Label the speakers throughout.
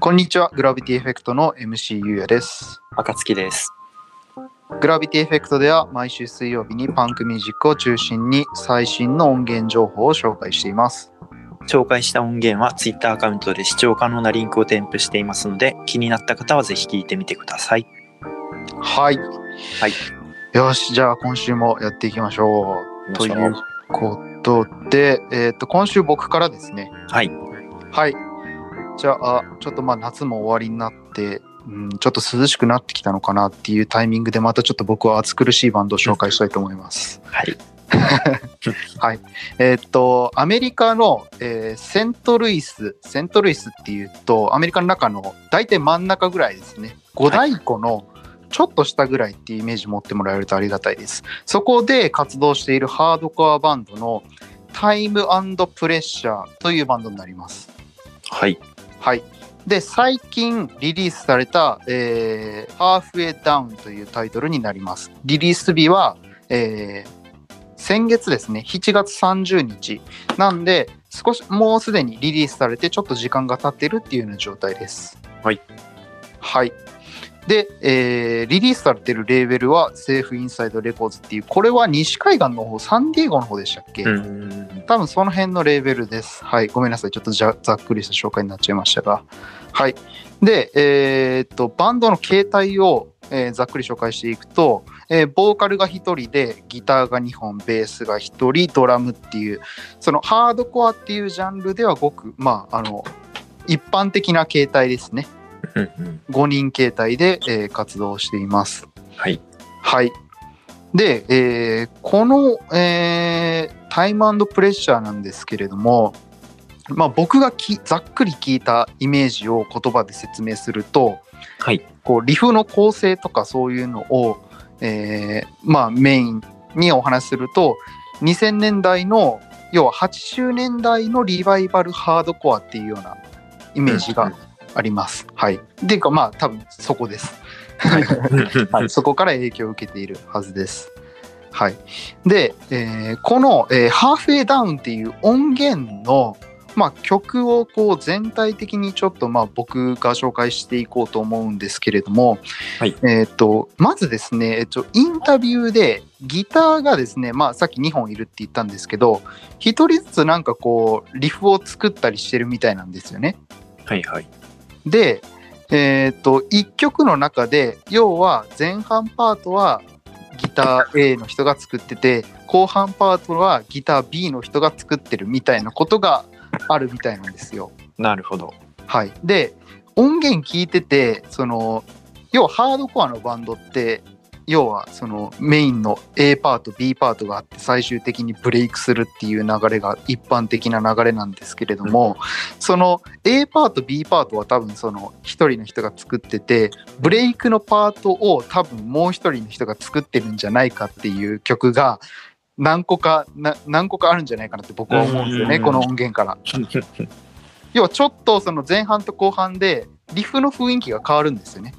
Speaker 1: こんにちは、グラビティエフェクトの MC ゆうやです。
Speaker 2: 暁です。
Speaker 1: グラビティエフェクトでは毎週水曜日にパンクミュージックを中心に最新の音源情報を紹介しています。
Speaker 2: 紹介した音源は Twitter アカウントで視聴可能なリンクを添付していますので、気になった方はぜひ聞いてみてください。
Speaker 1: はい。
Speaker 2: はい。
Speaker 1: よし、じゃあ今週もやっていきましょう。ということで、えっと、今週僕からですね。
Speaker 2: はい。
Speaker 1: はい。じゃあ、ちょっとまあ夏も終わりになって、うん、ちょっと涼しくなってきたのかなっていうタイミングで、またちょっと僕は暑苦しいバンドを紹介したいと思います。
Speaker 2: はい。
Speaker 1: えっと、アメリカの、えーセントルイス、セントルイスっていうと、アメリカの中の大体真ん中ぐらいですね、五大湖のちょっと下ぐらいっていうイメージ持ってもらえるとありがたいです。そこで活動しているハードコアバンドのタイムプレッシャーというバンドになります。
Speaker 2: はい。
Speaker 1: はい。で、最近リリースされた、えー、ハーフウェイダウンというタイトルになります。リリース日は、えー先月ですね、7月30日。なんで、少し、もうすでにリリースされて、ちょっと時間が経ってるっていうような状態です。
Speaker 2: はい。
Speaker 1: はい。で、えーリリースされてるレーベルは、セーフインサイドレコーズっていう、これは西海岸の方、サンディエゴの方でしたっけ、
Speaker 2: うーん。
Speaker 1: 多分その辺のレーベルです。はい。ごめんなさい。ちょっとじゃざっくりした紹介になっちゃいましたが。はい。で、えーっと、バンドの形態を、えーざっくり紹介していくと、えーボーカルが1人で、ギターが2本、ベースが1人、ドラムっていう、そのハードコアっていうジャンルではごく、まあ、あの、一般的な形態ですね。
Speaker 2: うんうん
Speaker 1: 5人形態で、えー活動しています。
Speaker 2: はい。
Speaker 1: はい。で、えーこの、えータイムプレッシャーなんですけれども、まあ、僕がきざっくり聞いたイメージを言葉で説明すると、
Speaker 2: はい。
Speaker 1: こうリフの構成とかそういうのを、えーまあ、メインにお話しすると2000年代の要は80年代のリバイバルハードコアっていうようなイメージがあります。はい、っていうかまあ多分そこです。はい、そこから影響を受けているはずです。はい、で、えーこの、えーハーフウェイダウンっていう音源の、まあ、曲をこう全体的にちょっとまあ僕が紹介していこうと思うんですけれども、
Speaker 2: はい
Speaker 1: えー、とまずですね、えっとインタビューでギターがですね、まあ、さっき2本いるって言ったんですけど1人ずつなんかこうリフを作ったりしてるみたいなんですよね。
Speaker 2: はいはい。
Speaker 1: で、えっと1曲の中で要は前半パートはギター A の人が作ってて後半パートはギター B の人が作ってるみたいなことがあるみたいなんですよ。
Speaker 2: なるほど。
Speaker 1: はい、で音源聞いててその要はハードコアのバンドって要はそのメインの A パート B パートがあって最終的にブレイクするっていう流れが一般的な流れなんですけれども、その A パート B パートは多分その一人の人が作っててブレイクのパートを多分もう一人の人が作ってるんじゃないかっていう曲が何個かな何個かあるんじゃないかなって僕は思うんですよね、
Speaker 2: うん
Speaker 1: この音源から。要はちょっとその前半と後半でリフの雰囲気が変わるんですよね。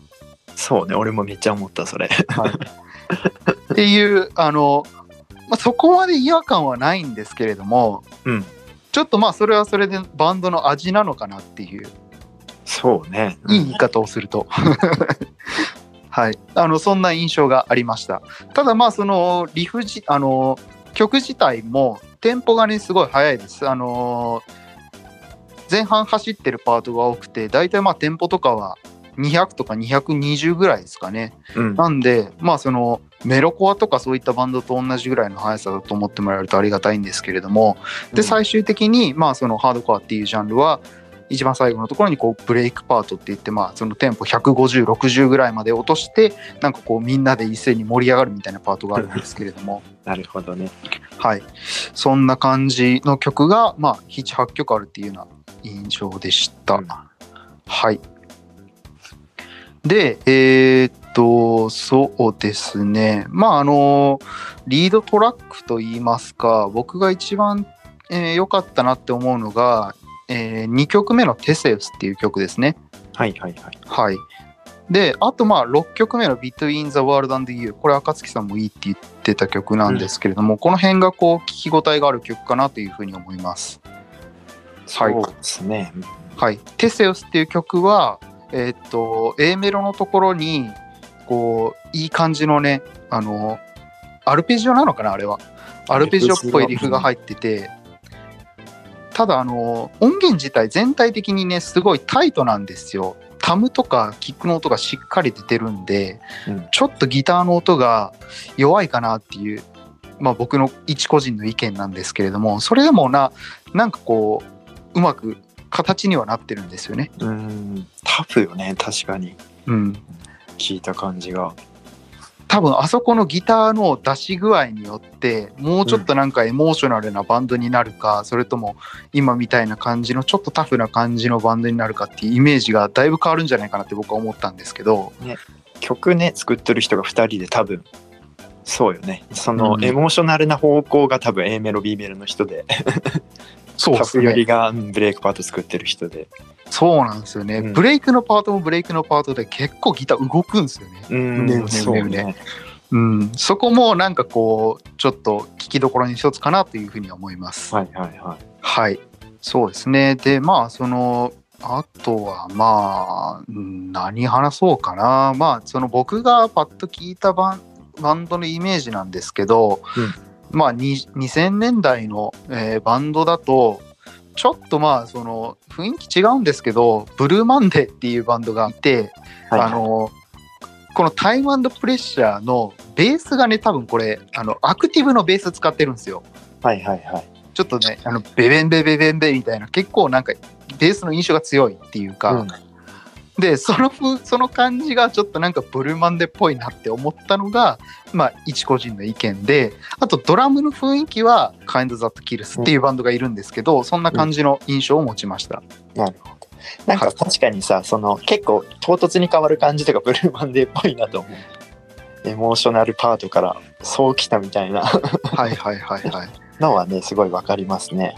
Speaker 2: そうね、俺もめっちゃ思った、それ。
Speaker 1: っていうあの、まあ、そこまで違和感はないんですけれども
Speaker 2: うん。
Speaker 1: ちょっとまあそれはそれでバンドの味なのかなっていう
Speaker 2: そうね。
Speaker 1: いい言い方をすると。 はい、あのそんな印象がありました。ただまあそのリフじあの曲自体もテンポがねすごい速いです。あの前半走ってるパートが多くて大体まあテンポとかは200とか220ぐらいですかね。
Speaker 2: うん。
Speaker 1: なんで、まあそのメロコアとかそういったバンドと同じぐらいの速さだと思ってもらえるとありがたいんですけれども、
Speaker 2: う
Speaker 1: で
Speaker 2: ん
Speaker 1: 最終的にまあそのハードコアっていうジャンルは一番最後のところにこうブレイクパートって言ってまあそのテンポ15060ぐらいまで落としてなんかこうみんなで一斉に盛り上がるみたいなパートがあるんですけれども、
Speaker 2: なるほどね。
Speaker 1: はい、そんな感じの曲がまあ78曲あるっていうような印象でした。
Speaker 2: うん
Speaker 1: はい。で、えーっと、そうですね。まあ、あの、リードトラックといいますか、僕が一番良、えー良かったなって思うのが、え2曲目のテセウスっていう曲ですね。
Speaker 2: はいはいはい。
Speaker 1: はい。で、あとまあ6曲目の Between the World and You。これ、暁さんもいいって言ってた曲なんですけれども、この辺がこう、聞き応えがある曲かなというふうに思います。
Speaker 3: そうですね。
Speaker 1: はい、テセウスっていう曲は、えーっと、A メロのところに、こう、いい感じのね、あの、アルペジオなのかな、あれは。アルペジオっぽいリフが入ってて、ただ、あの、音源自体全体的にね、すごいタイトなんですよ。タムとかキックの音がしっかり出てるんで、
Speaker 3: うん
Speaker 1: ちょっとギターの音が弱いかなっていう、まあ、僕の一個人の意見なんですけれどもそれでもななんかこううまく形にはなってるんですよね。
Speaker 3: うん、タフよね、確かに。
Speaker 1: うん、
Speaker 3: 聞いた感じが。
Speaker 1: 多分あそこのギターの出し具合によってもうちょっとなんかエモーショナルなバンドになるか、それとも今みたいな感じのちょっとタフな感じのバンドになるかっていうイメージがだいぶ変わるんじゃないかなって僕は思ったんですけど、
Speaker 3: 曲ね、作ってる人が2人で多分、そうよね。その
Speaker 1: うん
Speaker 3: エモーショナルな方向が多分 A メロ、B メロの人で、
Speaker 1: そ
Speaker 3: タフよりがうんブレイクパート作ってる人で。
Speaker 1: そうなんですよね、
Speaker 3: うん
Speaker 1: ブレイクのパートもブレイクのパートで結構ギター動くんですよね。
Speaker 3: うん、
Speaker 1: ね
Speaker 3: そう
Speaker 1: ね
Speaker 3: ね。
Speaker 1: うん、そこもなんかこうちょっと聞きどころに一つかなというふうに思います。はい、
Speaker 3: はいはいはい。
Speaker 1: そうですね。でまあそのあとはまあうん何話そうかな。まあその僕がパッと聞いたバンバンドのイメージなんですけど、まあに2000年代の、えーバンドだとちょっとまあその雰囲気違うんですけどブルーマンデーっていうバンドがいて、
Speaker 3: はい
Speaker 1: あのこのタイムプレッシャーのベースがね多分これあのアクティブのベース使ってるんですよ
Speaker 3: はいはいはい。
Speaker 1: ちょっとねあのベベンベベベンベみたいな結構なんかベースの印象が強いっていうか、
Speaker 3: うん
Speaker 1: でそのふその感じがちょっとなんかブルーマンデっぽいなって思ったのがまあ一個人の意見であとドラムの雰囲気はカインド・ザ・ット・キルスっていうバンドがいるんですけどそんな感じの印象を持ちました、
Speaker 3: なるほど。なんか確かにさ、その結構唐突に変わる感じとかブルーマンデーっぽいなと思う。エモーショナルパートからそうきたみたいな
Speaker 1: はいはいはいはい
Speaker 3: のはね、すごいわかりますね。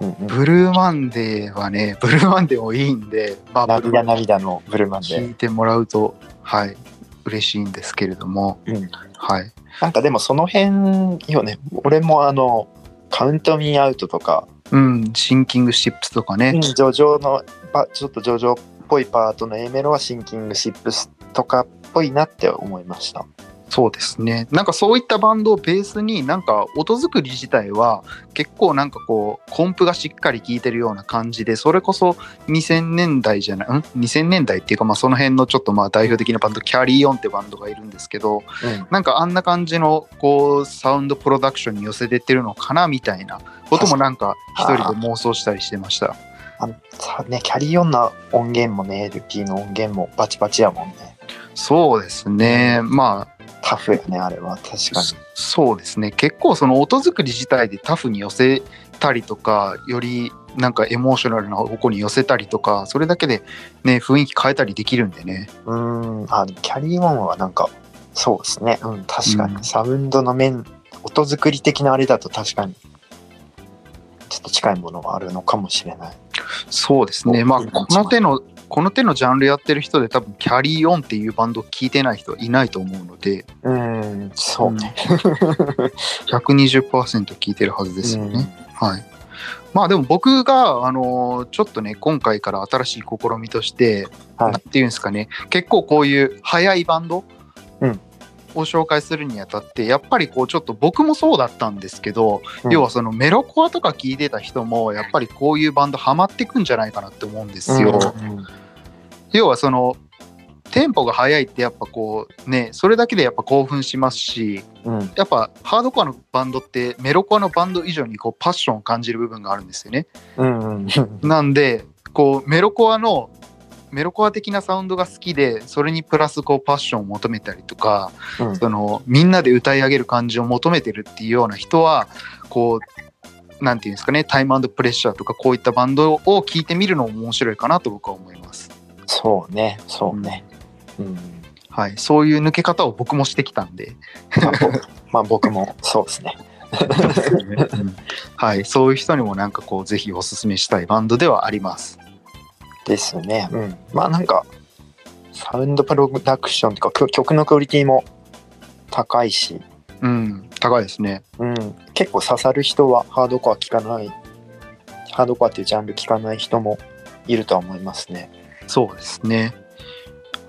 Speaker 3: うんうん、
Speaker 1: ブルーマンデーはね、ブルーマンデーもいいんで、まあ、ブル
Speaker 3: 涙
Speaker 1: ーマンデ
Speaker 3: 涙のブルーマンデ
Speaker 1: ー聞
Speaker 3: ー。
Speaker 1: いてもらうと、はい、嬉しいんですけれども、
Speaker 3: うん、
Speaker 1: はい。
Speaker 3: なんかでもその辺よね、俺もあの、カウントミーアウトとか、
Speaker 1: うん、シンキングシップスとかね、
Speaker 3: 上々の、パちょっと上々っぽいパートの A メロはシンキングシップスとかっぽいなって思いました。
Speaker 1: そうですね。なんかそういったバンドをベースに、なんか音作り自体は、結構なんかこう、コンプがしっかり効いてるような感じで、それこそ2000年代じゃない、ん ?2000 年代っていうか、まあその辺のちょっとまあ代表的なバンド、キャリーオンってバンドがいるんですけど、
Speaker 3: うん
Speaker 1: なんかあんな感じのこうサウンドプロダクションに寄せてってるのかなみたいなこともなんか一人で妄想したりしてました。
Speaker 3: あのさね、キャリーオンな音源もね LP の音源もバチバチやもんね
Speaker 1: そうですね。まあ
Speaker 3: タフやねあれは確か
Speaker 1: そそうですね。結構その音作り自体でタフに寄せたりとか、よりなんかエモーショナルな方向に寄せたりとか、それだけでね、雰囲気変えたりできるんでね。
Speaker 3: にうーんあのキャリーオンはなんかそうですねうん確かに、
Speaker 1: うん
Speaker 3: サウンドの面音作り的なあれだと確かにちょっと近いものがあるのかもしれない
Speaker 1: そうですね。まあ
Speaker 3: うん
Speaker 1: この手のこの手のジャンルやってる人で多分キャリーオンっていうバンドを聞いてない人はいないと思うので、
Speaker 3: うーんそうね、
Speaker 1: 120% 聞いてるはずですよね。はい。まあでも僕が、あのーちょっとね、今回から新しい試みとして、
Speaker 3: はい
Speaker 1: なんていうんですかね、結構こういう早いバンド
Speaker 3: うん
Speaker 1: を紹介するにあたって、やっぱりこうちょっと僕もそうだったんですけど、
Speaker 3: うん
Speaker 1: 要はそのメロコアとか聞いてた人も、やっぱりこういうバンドハマってくんじゃないかなって思うんですよ。
Speaker 3: うんうん
Speaker 1: 要はその、テンポが速いってやっぱこうね、それだけでやっぱ興奮しますし、
Speaker 3: うん
Speaker 1: やっぱハードコアのバンドってメロコアのバンド以上にこうパッションを感じる部分があるんですよね。
Speaker 3: うんうん
Speaker 1: なんでこうメロコアのメロコア的なサウンドが好きでそれにプラスこうパッションを求めたりとか
Speaker 3: うん
Speaker 1: そのみんなで歌い上げる感じを求めてるっていうような人はこうなんていうんですかねタイムプレッシャーとかこういったバンドを聴いてみるのも面白いかなと僕は思います。
Speaker 3: そうねそうねうん
Speaker 1: はい、そういう抜け方を僕もしてきたんで、
Speaker 3: まあ僕まあ僕もそうですね
Speaker 1: はい、そういう人にもなんかこうぜひおすすめしたいバンドではあります。
Speaker 3: ですね。うん、まあなんかサウンドプロダクションとか曲曲のクオリティも高いし、
Speaker 1: うん、高いですね。
Speaker 3: うん、結構刺さる人はハードコア聴かない
Speaker 2: ハードコアっていうジャンル聞かない人もいるとは思いますね。
Speaker 1: そうですね。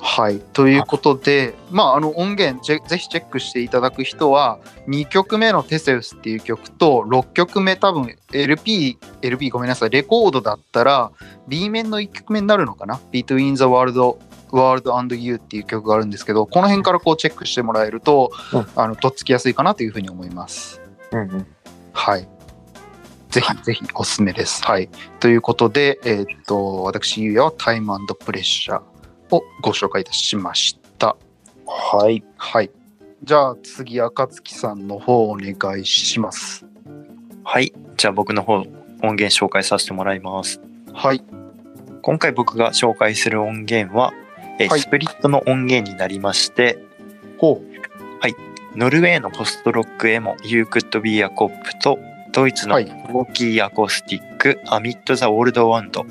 Speaker 1: はい。ということで、まあ、あの音源ぜ、ぜひチェックしていただく人は、2曲目のテセウスっていう曲と、6曲目多分 LP、LP ごめんなさい、レコードだったら、B 面の1曲目になるのかな ?Between the World, World and You っていう曲があるんですけど、この辺からこうチェックしてもらえると、
Speaker 2: うん
Speaker 1: あの、とっつきやすいかなというふうに思います。
Speaker 2: うんうん。
Speaker 1: はい。ぜひぜひおすすめです。はい。ということで、えーっと、私、ゆうやはタイムプレッシャーをご紹介いたしました。
Speaker 2: はい。
Speaker 1: はい。じゃあ次、暁さんの方お願いします。
Speaker 3: はい。じゃあ僕の方、音源紹介させてもらいます。
Speaker 1: はい。
Speaker 3: 今回僕が紹介する音源は、えー
Speaker 1: はい
Speaker 3: スプリットの音源になりまして、
Speaker 1: ほ
Speaker 3: ノルウェーのポストロックエモ You Could Be a Cop とドイツの
Speaker 1: は
Speaker 3: ウ
Speaker 1: い
Speaker 3: ォーキーアコースティック、アミッド・ザ・オールド・ワンド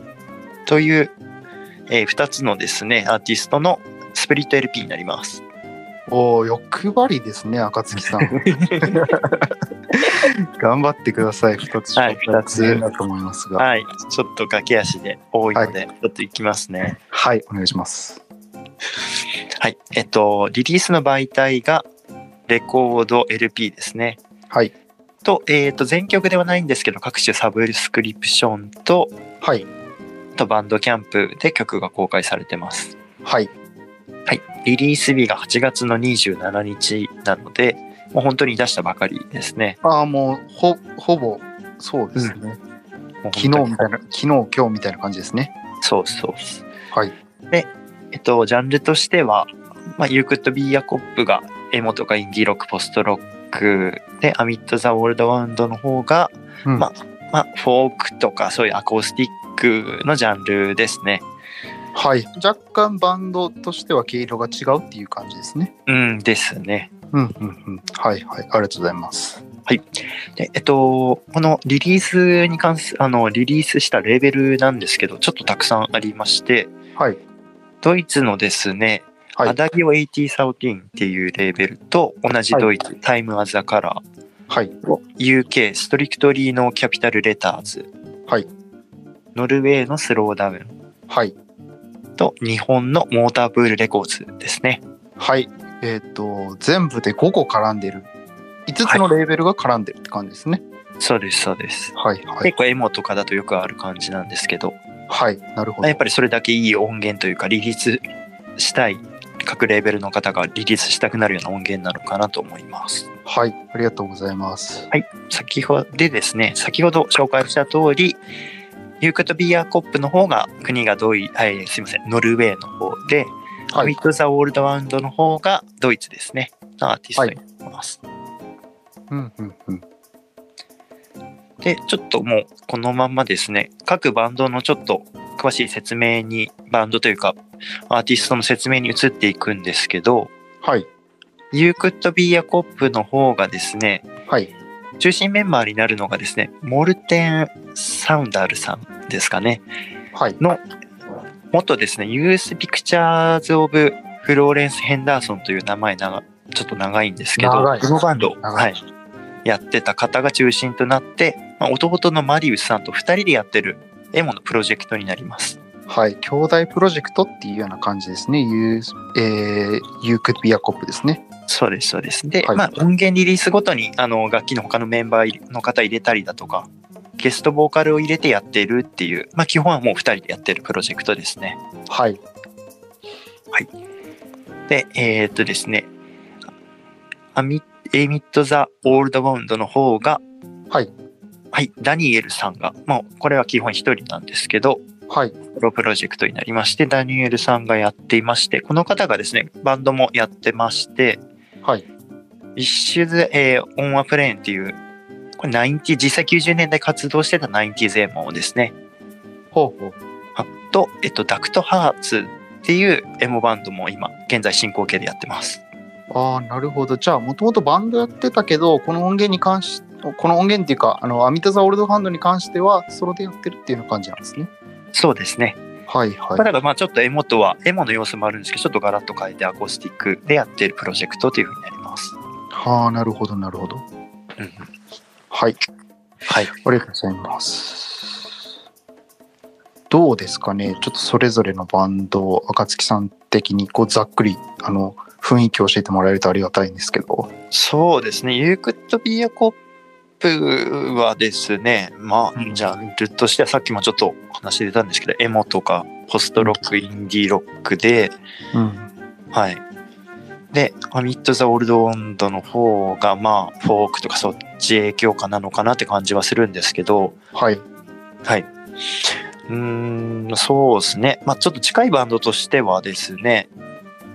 Speaker 3: という、え2つのですね、アーティストのスプリット LP になります。
Speaker 1: う。おー欲張りですね、暁さ ん。 頑張ってください。二つ。
Speaker 3: はい二つ
Speaker 1: だと思いますが。
Speaker 3: はい。ちょっと駆け足で多いので、ちょっといきますね。
Speaker 1: はい、お願いします。
Speaker 3: はい。えっと、リリースの媒体がレコード LP ですね。
Speaker 1: はい。
Speaker 3: と、えっと、全曲ではないんですけど、各種サブスクリプションと、
Speaker 1: はい。
Speaker 3: あとバンドキャンプで曲が公開されてます。
Speaker 1: はい。
Speaker 3: はい。リリース日が8月の27日なので、もう本当に出したばかりですね。
Speaker 1: ああ、もう、ほ、ほぼ、そうですね。
Speaker 3: もう本当
Speaker 1: 昨日
Speaker 3: に
Speaker 1: みたいな、昨日、今日みたいな感じですね。
Speaker 3: そうそうです。
Speaker 1: はい。
Speaker 3: えっと、ジャンルとしては、まあ、You Could Be a Cop がエモとかインディーロック、ポストロックで、アミット・ザ・オールド・ワウンドの方が、
Speaker 1: うん
Speaker 3: ままあ、フォークとかそういうアコースティックのジャンルですね。
Speaker 1: はい、若干バンドとしては毛色が違うっていう感じですね。
Speaker 3: うんですね。
Speaker 1: うんうんうん。はいはい、ありがとうございます。
Speaker 3: で、えっと、このリリースに関す、あの、リリースしたレーベルなんですけど、ちょっとたくさんありまして、
Speaker 1: はい
Speaker 3: ドイツのですね、
Speaker 1: はい
Speaker 3: アダギオ8013っていうレーベルと同じドイツ、タイムアザカラー、
Speaker 1: はい。
Speaker 3: UK ストリクトリーのキャピタルレターズ、
Speaker 1: はい
Speaker 3: ノルウェーのスローダウン
Speaker 1: はい。
Speaker 3: と日本のモータープールレコーズですね。
Speaker 1: はい。えっ、と、全部で5個絡んでる。5つのレーベルが絡んでるって感じですね。
Speaker 3: そうですそうです。
Speaker 1: はいはい。
Speaker 3: 結構エモとかだとよくある感じなんですけど、
Speaker 1: はい。なるほど。
Speaker 3: やっぱりそれだけいい音源というかリリースしたい各レーベルの方がリリースしたくなるような音源なのかなと思います。
Speaker 1: はい。ありがとうございます。
Speaker 3: 先ほどでですね、先ほど紹介した通り、ユークとビアコップの方が国がドイ、えーすいません、ノルウェーの方で、
Speaker 1: は
Speaker 3: ミ
Speaker 1: い。
Speaker 3: ッド・ザ・オールド・ワウンドの方がドイツですね。のアーティストになります。
Speaker 1: うんうんうん。
Speaker 3: で、ちょっともうこのまんまですね、各バンドのちょっと詳しい説明に、バンドというか、アーティストの説明に移っていくんですけど、
Speaker 1: はい。
Speaker 3: You Could Be a Cop の方がですね、
Speaker 1: はい。
Speaker 3: 中心メンバーになるのがですね、モルテン・サウンダルさんですかね。
Speaker 1: はい。
Speaker 3: 元ですね、Youth Pictures of フローレンス・ヘンダーソンという名前なが、ちょっと長いんですけど、
Speaker 1: 長い
Speaker 3: このバンド、
Speaker 1: 長
Speaker 3: はいい、やってた方が中心となって、まあ、弟のマリウスさんと2人でやってるエモのプロジェクトになります。
Speaker 1: はい。兄弟プロジェクトっていうような感じですね。You, えー、you could be a cop ですね。
Speaker 3: そうです、そうです。で、
Speaker 1: はい
Speaker 3: まあ、音源リリースごとにあの楽器の他のメンバーの方入れたりだとか、ゲストボーカルを入れてやってるっていう、まあ、基本はもう2人でやってるプロジェクトですね。
Speaker 1: はい。
Speaker 3: で、えーっとですね、アミエイミット・ザ・オールド・バウンドの方が、
Speaker 1: はい。
Speaker 3: はい、ダニエルさんが、まあ、これは基本一人なんですけど、
Speaker 1: はい。
Speaker 3: プロプロジェクトになりまして、ダニエルさんがやっていまして、この方がですね、バンドもやってまして、
Speaker 1: はい。
Speaker 3: イッシュズ・えーオン・ア・プレーンっていう、これ90、実際90年代活動してた 90s エモですね。
Speaker 1: ほうほう。
Speaker 3: あと、えっと、ダクト・ハーツっていうエモバンドも今、現在進行形でやってます。
Speaker 1: ああ、なるほど。じゃあ、もともとバンドやってたけど、この音源に関し、この音源っていうか、あの、アミタザオールドファンドに関しては、ソロでやってるっていうような感じなんですね。
Speaker 3: そうですね。
Speaker 1: はいはい
Speaker 3: た。だまあちょっとエモとは、エモの要素もあるんですけど、ちょっとガラッと変えてアコースティックでやってるプロジェクトというふうになります。
Speaker 1: はあ、なるほど、なるほど。
Speaker 3: うん
Speaker 1: はい。
Speaker 3: はい。
Speaker 1: ありがとうございます。どうですかねちょっとそれぞれのバンド、赤月さん的にこうざっくり、あの、雰囲気を教えてもらえるとありがたいんですけど。
Speaker 3: そうですね、ユークッドビアコップはですね、ま
Speaker 1: うん
Speaker 3: あ、ジャンルとしてはさっきもちょっとお話出たんですけど、エモとかポストロック、インディーロックで、
Speaker 1: うん。
Speaker 3: はい。で、アミット・ザ・オールド・オンドの方が、まあ、フォークとかそっち影響かなのかなって感じはするんですけど、
Speaker 1: はい。
Speaker 3: はい。うーん、そうですね。まあ、ちょっと近いバンドとしてはですね、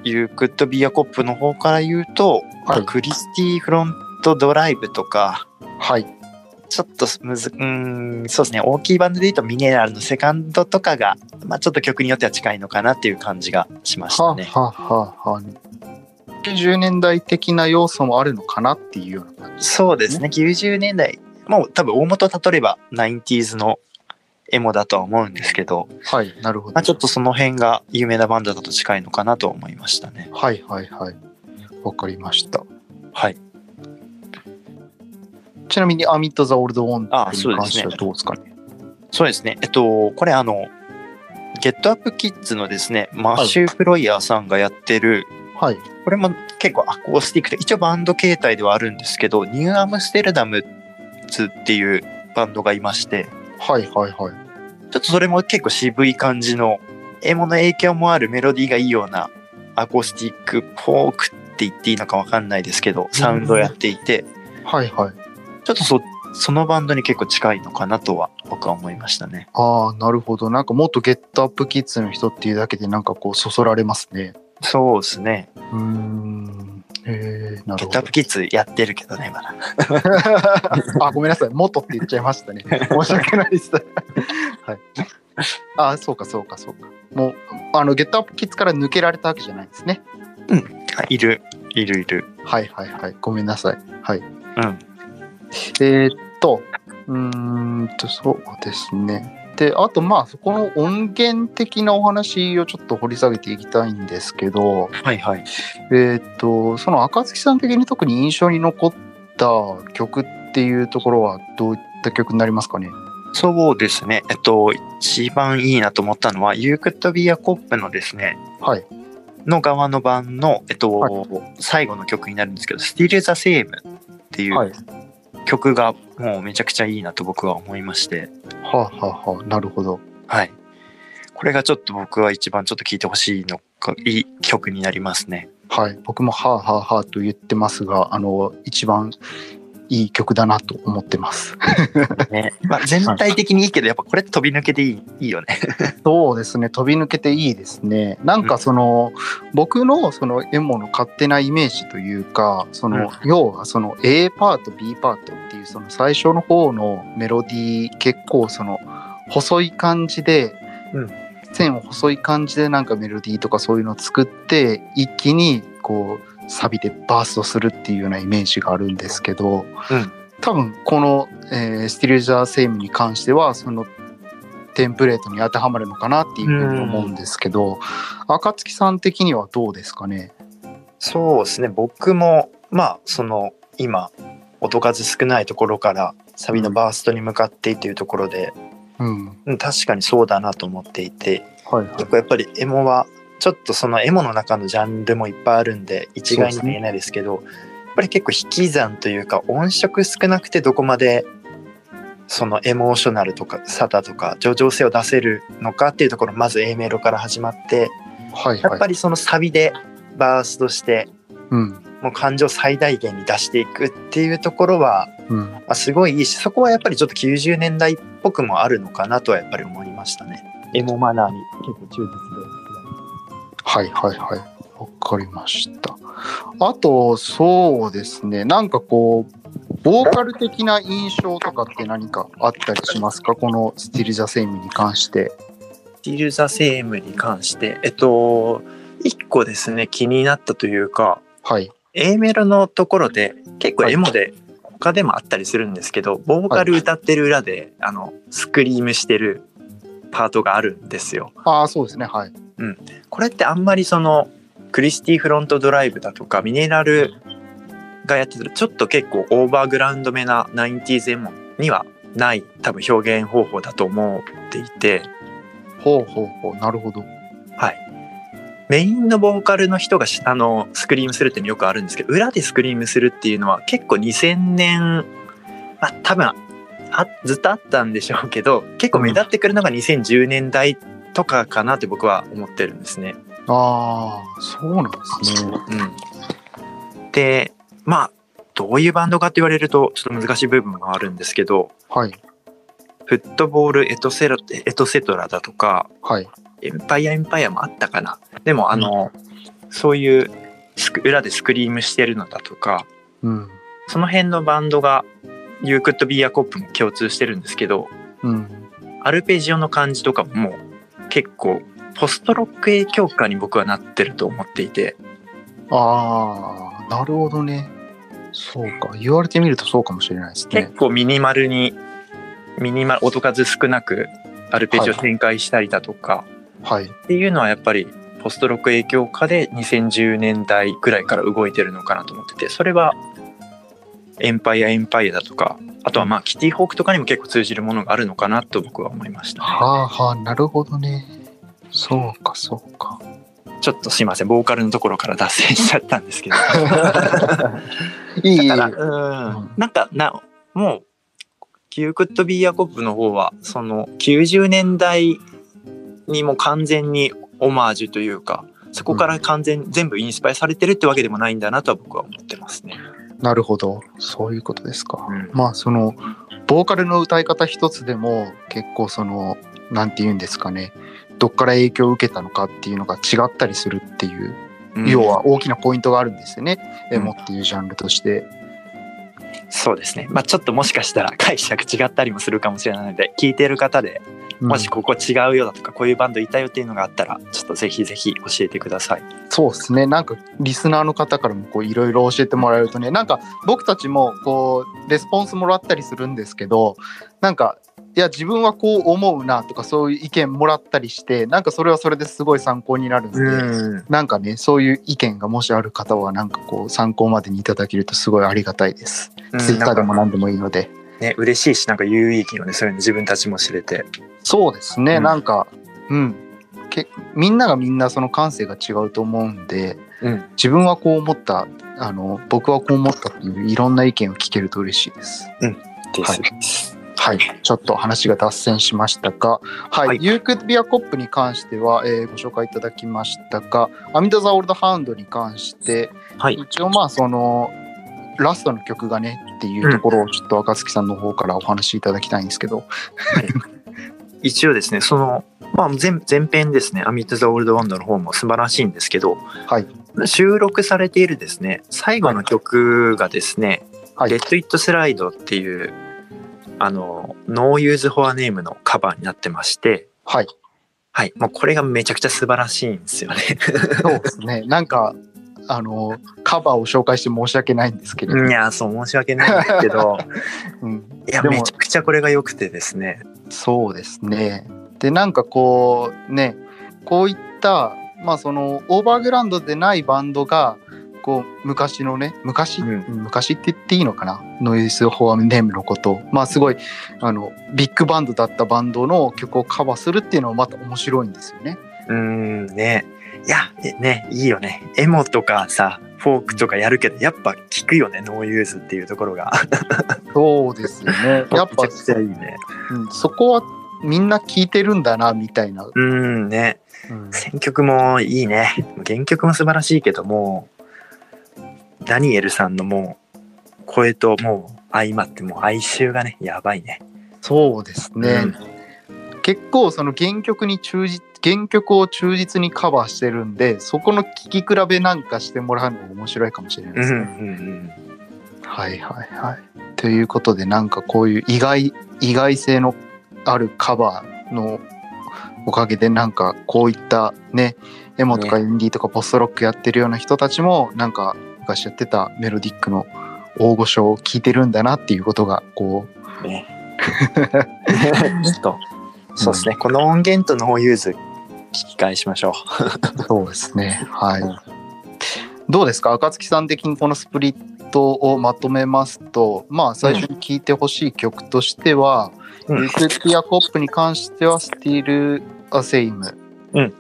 Speaker 3: ユークッド・ビアコップの方から言うと、まあ
Speaker 1: はい
Speaker 3: クリスティ・フロント・ドライブとか、
Speaker 1: はい。
Speaker 3: ちょっとむず、うーん、そうですね、大きいバンドで言うとミネラルのセカンドとかが、まあ、ちょっと曲によっては近いのかなっていう感じがしました
Speaker 1: は
Speaker 3: ね。
Speaker 1: あ、はあはあはあ90年代的な要素もあるのかなっていうような感じ。
Speaker 3: そうですね、90年代、もう多分大元たどれば 90s のエモだとは思うんですけど、
Speaker 1: はい。なるほ
Speaker 3: ま
Speaker 1: ど
Speaker 3: あ、。ちょっとその辺が有名なバンドだと近いのかなとは思いましたね。
Speaker 1: はいはいはい。わかりました。
Speaker 3: はい。
Speaker 1: ちなみに、アミット・ザ・オールド・オンに
Speaker 3: あ
Speaker 1: 関
Speaker 3: そうですね
Speaker 1: してはどうですかね。
Speaker 3: そうですね。えっと、これあの、ゲットアップキッズのですね、マッシュ・フロイヤーさんがやってる、
Speaker 1: はい。
Speaker 3: これも結構アコースティックで、一応バンド形態ではあるんですけど、ニューアムステルダムズっていうバンドがいまして、
Speaker 1: はいはいはい。
Speaker 3: ちょっとそれも結構渋い感じの、エモの影響もあるメロディーがいいようなアコースティック、フォークって言っていいのかわかんないですけど、サウンドをやっていて、
Speaker 1: はいはい。
Speaker 3: ちょっとそ、そのバンドに結構近いのかなとは僕は思いましたね。
Speaker 1: ああ、なるほど。なんかもっとゲットアップキッズの人っていうだけでなんかこうそそられますね。
Speaker 3: そうですね。
Speaker 1: うーん。えー、なる
Speaker 3: ゲッ
Speaker 1: ほ
Speaker 3: ト
Speaker 1: ど
Speaker 3: アップ。キッズやってるけどね、まだ。
Speaker 1: あ、ごめんなさい。元って言っちゃいました ね。申し訳ないです。 はい。あ、そうかそうかそうか。もう、あの、ゲットアップキッズから抜けられたわけじゃないんですね。
Speaker 3: あいる、いるいる。
Speaker 1: はいはいはい。ごめんなさい。はい。
Speaker 3: うん。
Speaker 1: えーっと、うーんと、そうですね。で、あと、まあ、そこの音源的なお話をちょっと掘り下げていきたいんですけど、
Speaker 3: はいはい。
Speaker 1: えーっと、その赤月さん的に特に印象に残った曲っていうところは、どういった曲になりますかね。
Speaker 3: そうですね。えっと、一番いいなと思ったのは、ユークッドビアコップのですね、
Speaker 1: はい。
Speaker 3: の側の版の、えっと、
Speaker 1: は
Speaker 3: 最後の曲になるんですけど、Still the Same ってい。
Speaker 1: はいう
Speaker 3: 曲がもうめちゃくちゃいいなと僕は思いまして、
Speaker 1: はあ、はあはあ、なるほど。
Speaker 3: はい。これがちょっと僕は一番ちょっと聴いてほしいのか、いい曲になりますね。
Speaker 1: はい。僕も、はあ、はあ、はあと言ってますが、あの、一番いい曲だなと思ってます。
Speaker 3: ね まあ、全体的にいいけど、やっぱこれ飛び抜けていいいいよね。
Speaker 1: そうですね飛び抜けていいですねなんかその、僕のそのエモの勝手なイメージというかその、要はその A パート B パートっていうその最初の方のメロディー結構その細い感じで、
Speaker 3: うん
Speaker 1: 線を細い感じでなんかメロディーとかそういうのを作って一気にこうサビでバーストするっていうようなイメージがあるんですけど、
Speaker 3: うん
Speaker 1: 多分この、えースティルジャー・セイムに関してはそのテンプレートに当てはまるのかなっていうふうに思うんですけど、暁さん的にはどうですかね
Speaker 3: そうですね僕もまあその今音数少ないところからサビのバーストに向かってっていうところで、
Speaker 1: うん。
Speaker 3: うん、確かにそうだなと思っていて
Speaker 1: はいはい
Speaker 3: 結構やっぱりエモはちょっとそのエモの中のジャンルもいっぱいあるんで一概には言えないですけどやっぱり結構引き算というか音色少なくてどこまでそのエモーショナルとかサタとか上々性を出せるのかっていうところまず A メロから始まって
Speaker 1: はい
Speaker 3: やっ
Speaker 1: は
Speaker 3: ぱ
Speaker 1: い。
Speaker 3: りそのサビでバーストして
Speaker 1: うん。
Speaker 3: もう感情最大限に出していくっていうところは、
Speaker 1: うん。
Speaker 3: まあ、すごいいいしそこはやっぱりちょっと90年代っぽくもあるのかなとはやっぱり思いましたね。エモマナーに結構忠実で。
Speaker 1: はいはいはい。わかりました。あと、そうですね。なんかこう、ボーカル的な印象とかって何かあったりしますかこのスティル・ザ・セイムに関して。
Speaker 4: スティル・ザ・セームに関して、えっと、一個ですね、気になったというか、
Speaker 1: はい。
Speaker 4: A メロのところで、結構エモで、他でもあったりするんですけど、ボーカル歌ってる裏で、あの、スクリームしてるパートがあるんですよ。
Speaker 1: ああ、そうですね。はい。
Speaker 4: これってあんまりその、クリスティフロントドライブだとか、ミネラルがやってる、ちょっと結構オーバーグラウンドめな 90s エモにはない、多分表現方法だと思っていて、
Speaker 1: ほうほうほうなるほど
Speaker 3: メインのボーカルの人がしあのスクリームするっていうのよくあるんですけど裏でスクリームするっていうのは結構2000年、まあ、多分あずっとあったんでしょうけど結構目立ってくるのが2010年代とかかなって僕は思ってるんですね。
Speaker 1: ああそうなんですね
Speaker 3: うん、でまあどういうバンドかって言われるとちょっと難しい部分もあるんですけど
Speaker 1: はい
Speaker 3: フットボールエトセロエトセトラだとか
Speaker 1: はい
Speaker 3: エンパイアエンパイアもあったかなでもあの、そういうスク裏でスクリームしてるのだとか
Speaker 1: うん
Speaker 3: その辺のバンドが You Could Be a Cop も共通してるんですけど
Speaker 1: うん
Speaker 3: アルペジオの感じとかももう結構ポストロック影響下に僕はなってると思っていて
Speaker 1: ああなるほどねそうか言われてみるとそうかもしれないですね
Speaker 3: 結構ミニマルにミニマル音数少なくアルペジオ展開したりだとか、
Speaker 1: はい
Speaker 3: っていうのはやっぱりポストロック影響下で2010年代ぐらいから動いてるのかなと思っててそれはエンパイアエンパイアだとかあとはまあキティホークとかにも結構通じるものがあるのかなと僕は思いましたね
Speaker 1: はあはあなるほどねそうかそうか
Speaker 3: ちょっとすいませんボーカルのところから脱線しちゃったんですけど
Speaker 1: いいいい
Speaker 3: だからうんなんかなもうキュークッド・ビーアコップの方はその90年代にも完全にオマージュというかそこから完全に全部インスパイアされてるってわけでもないんだなとは僕は思ってますね。
Speaker 1: なるほどそういうことですか
Speaker 3: うん
Speaker 1: まあそのボーカルの歌い方一つでも結構そのなんて言うんですかねどっから影響を受けたのかっていうのが違ったりするっていう、
Speaker 3: うん
Speaker 1: 要は大きなポイントがあるんですよね、
Speaker 3: うん
Speaker 1: エモっていうジャンルとして
Speaker 3: そうですね、まあ、ちょっともしかしたら解釈違ったりもするかもしれないので聞いてる方でもし
Speaker 1: うん
Speaker 3: ここ違うよだとかこういうバンドいたよっていうのがあったらちょっとぜひぜひ教えてください。
Speaker 1: そうですねなんかリスナーの方からもこういろいろ教えてもらえるとねなんか僕たちもこうレスポンスもらったりするんですけどなんかいや自分はこう思うなとかそういう意見もらったりしてなんかそれはそれですごい参考になるんで、なんかね、そういう意見がもしある方は、なんかこう、参考までにいただけるとすごいありがたいです。ツイッターでも
Speaker 3: なん
Speaker 1: 何
Speaker 3: か
Speaker 1: でもいいので。
Speaker 3: ね嬉しいしなんか有意義よねそういうの自分たちも知れて。
Speaker 1: そうですね、
Speaker 3: うん
Speaker 1: なんか、うん。けみんながみんなその感性が違うと思うんで、
Speaker 3: うん
Speaker 1: 自分はこう思った、あの、僕はこう思ったっていういろんな意見を聞けると嬉しいです。
Speaker 3: です
Speaker 1: はい、ちょっと話が脱線しましたが、はい、
Speaker 3: はい
Speaker 1: ユークビアコップに関しては、えーご紹介いただきましたが、アミダザ・オールド・ハウンドに関して、
Speaker 3: はい
Speaker 1: 一応まあそのラストの曲がねっていうところをちょっと若月さんの方からお話しいただきたいんですけど、
Speaker 3: 一応ですねその、まあ、前前編ですね「アミット・ザ・オールド・ワンド」の方も素晴らしいんですけど、
Speaker 1: はい
Speaker 3: 収録されているですね最後の曲がですね「
Speaker 1: はい
Speaker 3: レッド・イット・スライド」っていうあのノーユーズ・フォア・ネームのカバーになってまして、
Speaker 1: はい
Speaker 3: はい、もうこれがめちゃくちゃ素晴らしいんですよね。
Speaker 1: そうですねなんかあのカバーを紹介して申し訳ないんですけれど、
Speaker 3: いやそう申し訳ないんですけ ど
Speaker 1: うん
Speaker 3: いや
Speaker 1: でも
Speaker 3: めちゃくちゃこれが良くてですね
Speaker 1: そうですねでなんかこうねこういったまあそのオーバーグラウンドでないバンドがこう昔のね昔、
Speaker 3: うん
Speaker 1: 昔って言っていいのかなノイズ・フォア・ネームのことをまあすごいあのビッグバンドだったバンドの曲をカバーするっていうのはまた面白いんですよね。
Speaker 3: うーんねいやえねいいよねエモとかさフォークとかやるけどやっぱ聞くよねノーユーズっていうところが
Speaker 1: そうですよね やっぱ
Speaker 3: めちゃくちゃいいね
Speaker 1: うんそこはみんな聴いてるんだなみたいな。
Speaker 3: うーんね
Speaker 1: うん
Speaker 3: 選曲もいいね原曲も素晴らしいけどもうダニエルさんのもう声ともう相まってもう哀愁がねやばいね
Speaker 1: そうですね、
Speaker 3: うん
Speaker 1: 結構その原曲に忠実原曲を忠実にカバーしてるんでそこの聴き比べなんかしてもらうのも面白いかもしれないで
Speaker 3: うんう
Speaker 1: すね。
Speaker 3: ん
Speaker 1: はいはいはい。ということでなんかこういう意外意外性のあるカバーのおかげでなんかこういったねエモとかインディーとかポストロックやってるような人たちもなんか昔やってたメロディックの大御所を聞いてるんだなっていうことがこう
Speaker 3: うんね ちょっとそうですね、この音源とノーユーズ聞き返しましょう
Speaker 1: そうですねはい。どうですか暁さん的にこのスプリットをまとめますとまあ最初に聴いてほしい曲としては、
Speaker 3: う
Speaker 1: ユ
Speaker 3: ん
Speaker 1: ークリアコップに関しては「スティールアセイム。
Speaker 5: うん。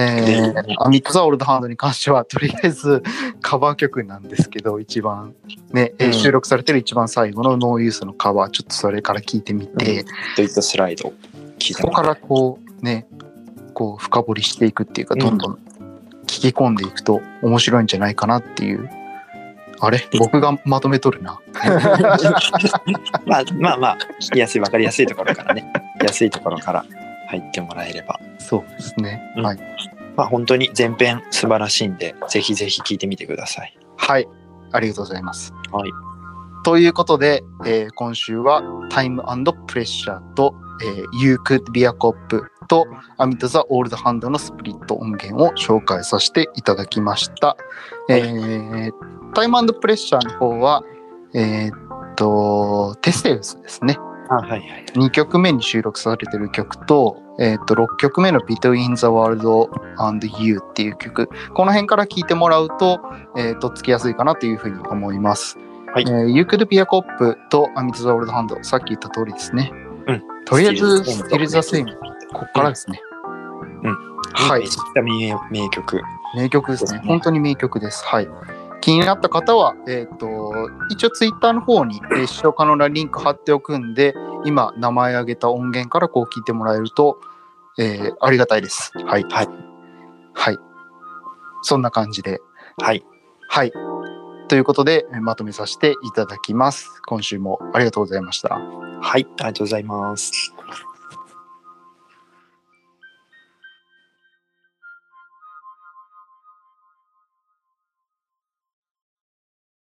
Speaker 1: えー、アミック・ザ・オールド・ハンドに関しては、とりあえずカバー曲なんですけど、一番、ね、えー
Speaker 3: うん
Speaker 1: 収録されてる一番最後のノーユースのカバー、ちょっとそれから聞いてみて、
Speaker 3: ドイットスライド聞いて
Speaker 1: そこ
Speaker 3: も
Speaker 1: かららこう、ね、こう、深掘りしていくっていうか、どんどん聞き込んでいくと面白いんじゃないかなっていう。あれ僕がまとめとるな。
Speaker 3: まあまあまあ聞きやすい分かりやすいところからね聞きやすいところから入ってもらえれば
Speaker 1: そうですね。
Speaker 3: うん
Speaker 1: はい。
Speaker 3: まあ本当に前編素晴らしいんでぜひぜひ聞いてみてください
Speaker 1: はい。ありがとうございます。
Speaker 3: はい。
Speaker 1: ということで、えー今週は Time and Pressure と、えー You Could Be a Cop と Amid the Old Hand のスプリット音源を紹介させていただきました。えー、Time and Pressure の方は、えーっと、テセウスですね。
Speaker 3: あはいはい
Speaker 1: 2曲目に収録されてる曲と,、えー、と6曲目の「Between the World and You」っていう曲この辺から聴いてもらうと,、えーとっつきやすいかなというふうに思います。
Speaker 3: はい
Speaker 1: えー、ユークルピアコップとアミツ・ザ・オールド・ハンドさっき言った通りですね。
Speaker 3: うん、
Speaker 1: とりあえず「
Speaker 3: Still the Same
Speaker 1: Still the Same」こっからですね。
Speaker 3: うん
Speaker 1: はい
Speaker 3: めちゃくちゃ名名曲
Speaker 1: 名曲です
Speaker 3: そう
Speaker 1: ね
Speaker 3: で。すね
Speaker 1: 本当に名曲です。はい。気になった方は、えっ、と、一応ツイッターの方に、 えー、視聴可能なリンク貼っておくんで、今、名前挙げた音源からこう聞いてもらえると、えーありがたいです。はい。
Speaker 3: はい。
Speaker 1: はい。そんな感じで。
Speaker 3: はい
Speaker 1: はい。ということで、えーまとめさせていただきます。今週もありがとうございました。
Speaker 3: はいありがとうございます